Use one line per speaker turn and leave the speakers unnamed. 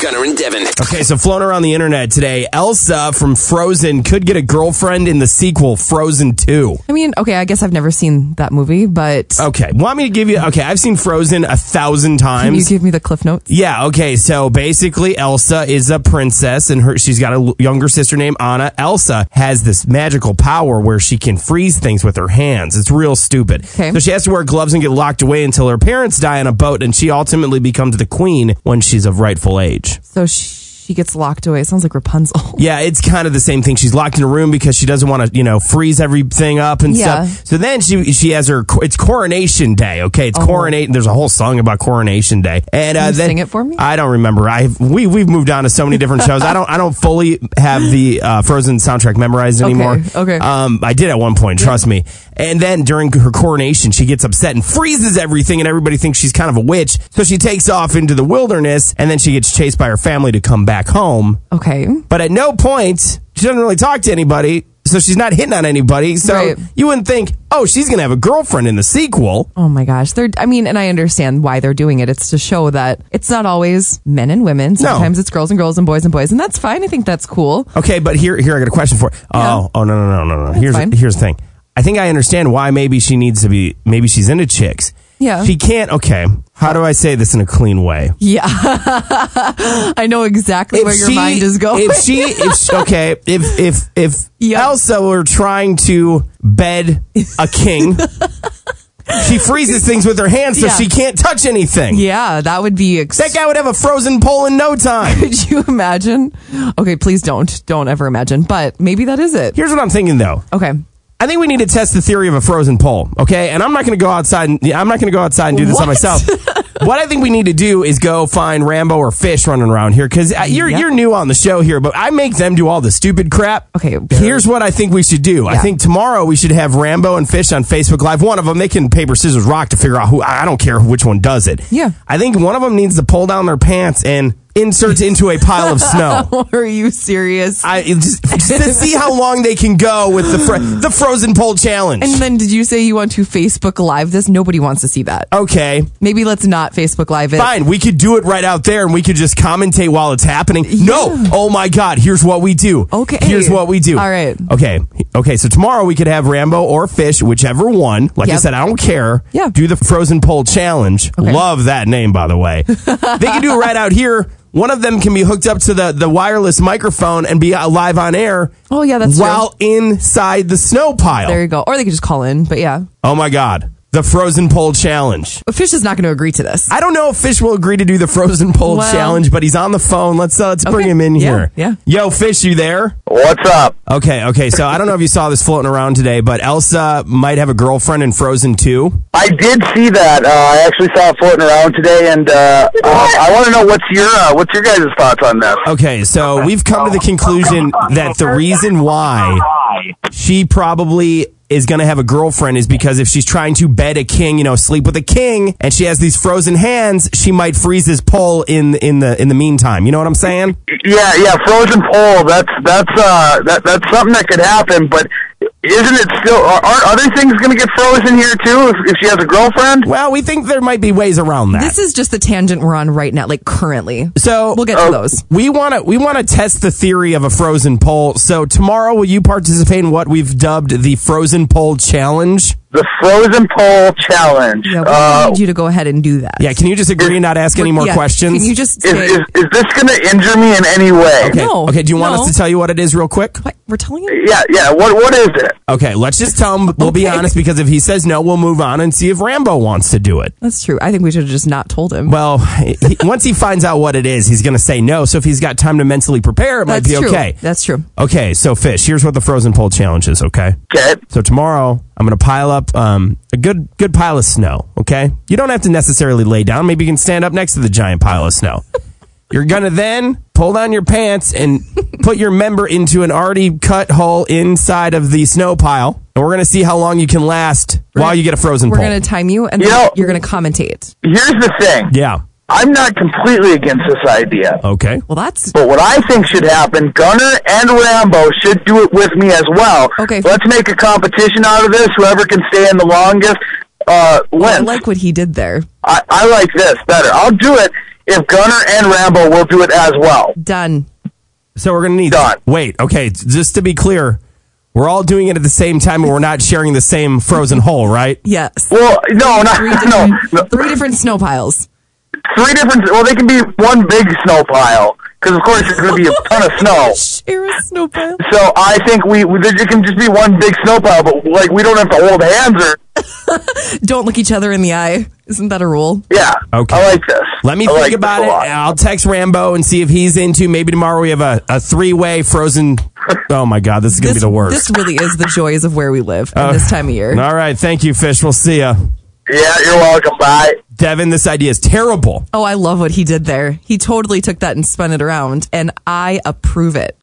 Gunner and Devin.
Okay, so flown around the internet today, Elsa from Frozen could get a girlfriend in the sequel, Frozen 2.
I mean, okay, I guess I've never seen that movie, but
Okay, want me to give you, okay, I've seen Frozen a thousand
can you
times.
give me the cliff notes?
Yeah, okay, so basically Elsa is a princess and her she's got a l- younger sister named Anna. Elsa has this magical power where she can freeze things with her hands. It's real stupid.
Okay.
So she has to wear gloves and get locked away until her parents die on a boat and she ultimately becomes the queen when she's of rightful age.
So she gets locked away. It sounds like Rapunzel.
Yeah, it's kind of the same thing. She's locked in a room because she doesn't want to, you know, freeze everything up and
Yeah.
stuff. So then she she has her it's coronation day. Okay, it's coronate. There's a whole song about coronation day. And uh,
Oh. you
then,
sing it for me?
I don't remember. I we we've moved on to so many different shows. I don't I don't fully have the uh, Frozen soundtrack memorized anymore.
okay.
Um, I did at one point. Trust me. And then during her coronation, she gets upset and freezes everything, and everybody thinks she's kind of a witch. So she takes off into the wilderness, and then she gets chased by her family to come back home.
Okay.
But at no point she doesn't really talk to anybody, so she's not hitting on anybody. So
Right.
you wouldn't think, oh, she's gonna have a girlfriend in the sequel.
Oh my gosh. They're I mean, and I understand why they're doing it. It's to show that it's not always men and women. Sometimes it's girls and girls and boys and boys, and that's fine. I think that's cool.
Okay, but here here I got a question for. Oh, oh no no no no no. Here's
fine.
here's the thing. I think I understand why maybe she needs to be maybe she's into chicks.
Yeah.
She can't okay. How do I say this in a clean way?
Yeah. I know exactly where your
she-
mind is going.
If she, if she- okay, if if if
Yeah.
Elsa were trying to bed a king, she freezes things with her hands so
Yeah.
she can't touch anything.
yeah, that would be ex-
That guy would have a frozen pole in no time.
Could you imagine? Okay, please don't. Don't ever imagine. But maybe that is it.
Here's what I'm thinking though.
Okay.
I think we need to test the theory of a frozen pole, okay? And I'm not going to go outside. And, yeah, I'm not going to go outside and do this on
What?
myself. what I think we need to do is go find Rambo or Fish running around here because you're
Yeah.
you're new on the show here, but I make them do all the stupid crap.
Okay.
Here's what I think we should do. I
Yeah.
think tomorrow we should have Rambo and Fish on Facebook Live. One of them they can paper scissors rock to figure out who. I I don't care which one does it.
Yeah.
I think one of them needs to pull down their pants and insert into a pile of snow.
Are you serious?
I just, just to see how long they can go with the fro- the frozen pole challenge.
and then did you say you want to Facebook Live this? Nobody wants to see that.
okay,
Maybe let's not Facebook Live it.
fine. We could do it right out there, and we could just commentate while it's happening. No, oh my God! Here's what we do.
Okay.
here's what we do.
All right.
Okay, okay. So tomorrow we could have Rambo or Fish, whichever one. Like I
Yep.
said, I don't care.
Yeah.
Do the frozen pole challenge.
Okay.
Love that name, by the way. they can do it right out here. One of them can be hooked up to the, the wireless microphone and be uh, live on air.
Oh, yeah, that's true.
while inside the snow pile.
There you go. Or they could just call in. But yeah,
Oh my God. The frozen pole challenge.
But Fish is not going to agree to this.
I don't know if Fish will agree to do the frozen pole
Well-
challenge, but he's on the phone. Let's uh, let's bring
Okay.
him in
Yeah,
here.
yeah.
Yo, Fish, you there?
What's up?
Okay, okay. So I don't know if you saw this floating around today, but Elsa might have a girlfriend in Frozen 2.
I did see that. Uh, I actually saw it floating around today, and uh, uh, I want to know what's your uh, what's your guys' thoughts on this?
Okay, so we've come to the conclusion that the reason why she probably is going to have a girlfriend is because if she's trying to bed a king, you know, sleep with a king, and she has these frozen hands, she might freeze his pole in in the in the meantime. You know what I'm saying?
Yeah, yeah, frozen pole. That's that's uh, that that's something that could happen, but isn't it still? Are, are other things going to get frozen here too? If, if she has a girlfriend?
Well, we think there might be ways around that.
This is just the tangent we're on right now, like currently.
so uh,
We'll get to those.
We want to we want to test the theory of a frozen pole. So tomorrow, will you participate in what we've dubbed the frozen pole challenge?
The frozen pole challenge.
Yeah, we
uh,
need you to go ahead and do that.
Yeah. Can you just agree and not ask any more
Yeah,
questions?
Can you just
is,
say,
is is this going to injure me in any way?
Okay.
No,
okay. Do you want
no.
us to tell you what it is real quick?
what? We're telling you?
Yeah, yeah. What what is it?
Okay. Let's just tell him. We'll be
Okay.
honest because if he says no, we'll move on and see if Rambo wants to do it.
That's true. I think we should have just not told him.
Well, he, once he finds out what it is, he's going to say no. So if he's got time to mentally prepare, it
That's
might be
true.
okay.
That's true.
Okay. So fish. Here's what the frozen pole challenge is. Okay.
Okay.
So tomorrow, I'm going to pile up um, a good good pile of snow. Okay, you don't have to necessarily lay down. Maybe you can stand up next to the giant pile of snow. You're going to then pull down your pants and put your member into an already cut hole inside of the snow pile, and we're going to see how long you can last while you get a frozen
We're
pole.
going to time you and
You
then
know-
you're going to commentate.
Here's the thing.
yeah.
I'm not completely against this idea.
Okay.
Well, that's
But what I think should happen, Gunner and Rambo should do it with me as well.
Okay.
Let's make a competition out of this. Whoever can stay in the longest uh,
I
wins.
like what he did there.
I, I like this better. I'll do it if Gunner and Rambo will do it as well.
Done.
So we're gonna need.
Done.
Wait, okay. Just to be clear, we're all doing it at the same time, and we're not sharing the same frozen hole, right?
Yes.
Well, no, not,
Three
no,
different,
no.
three different snow piles.
Three different. Well, they can be one big snow pile because, of course, there's going to be a ton of snow.
Share a snow pile.
So I think we we- it can just be one big snow pile, but like we don't have to hold hands or
Don't look each other in the eye. Isn't that a rule?
yeah.
Okay.
I like this.
Let me
I
think
like this
about
a
it.
lot.
I'll text Rambo and see if he's into. Maybe tomorrow we have a, a three way frozen. Oh my god, this is gonna
this,
be the worst. Uh,
This really is the joys of where we live and this time of year.
all right, thank you, Fish. We'll see ya,
Yeah, you're welcome. Bye.
Devin. This idea is terrible.
Oh, I love what he did there. He totally took that and spun it around, and I approve it.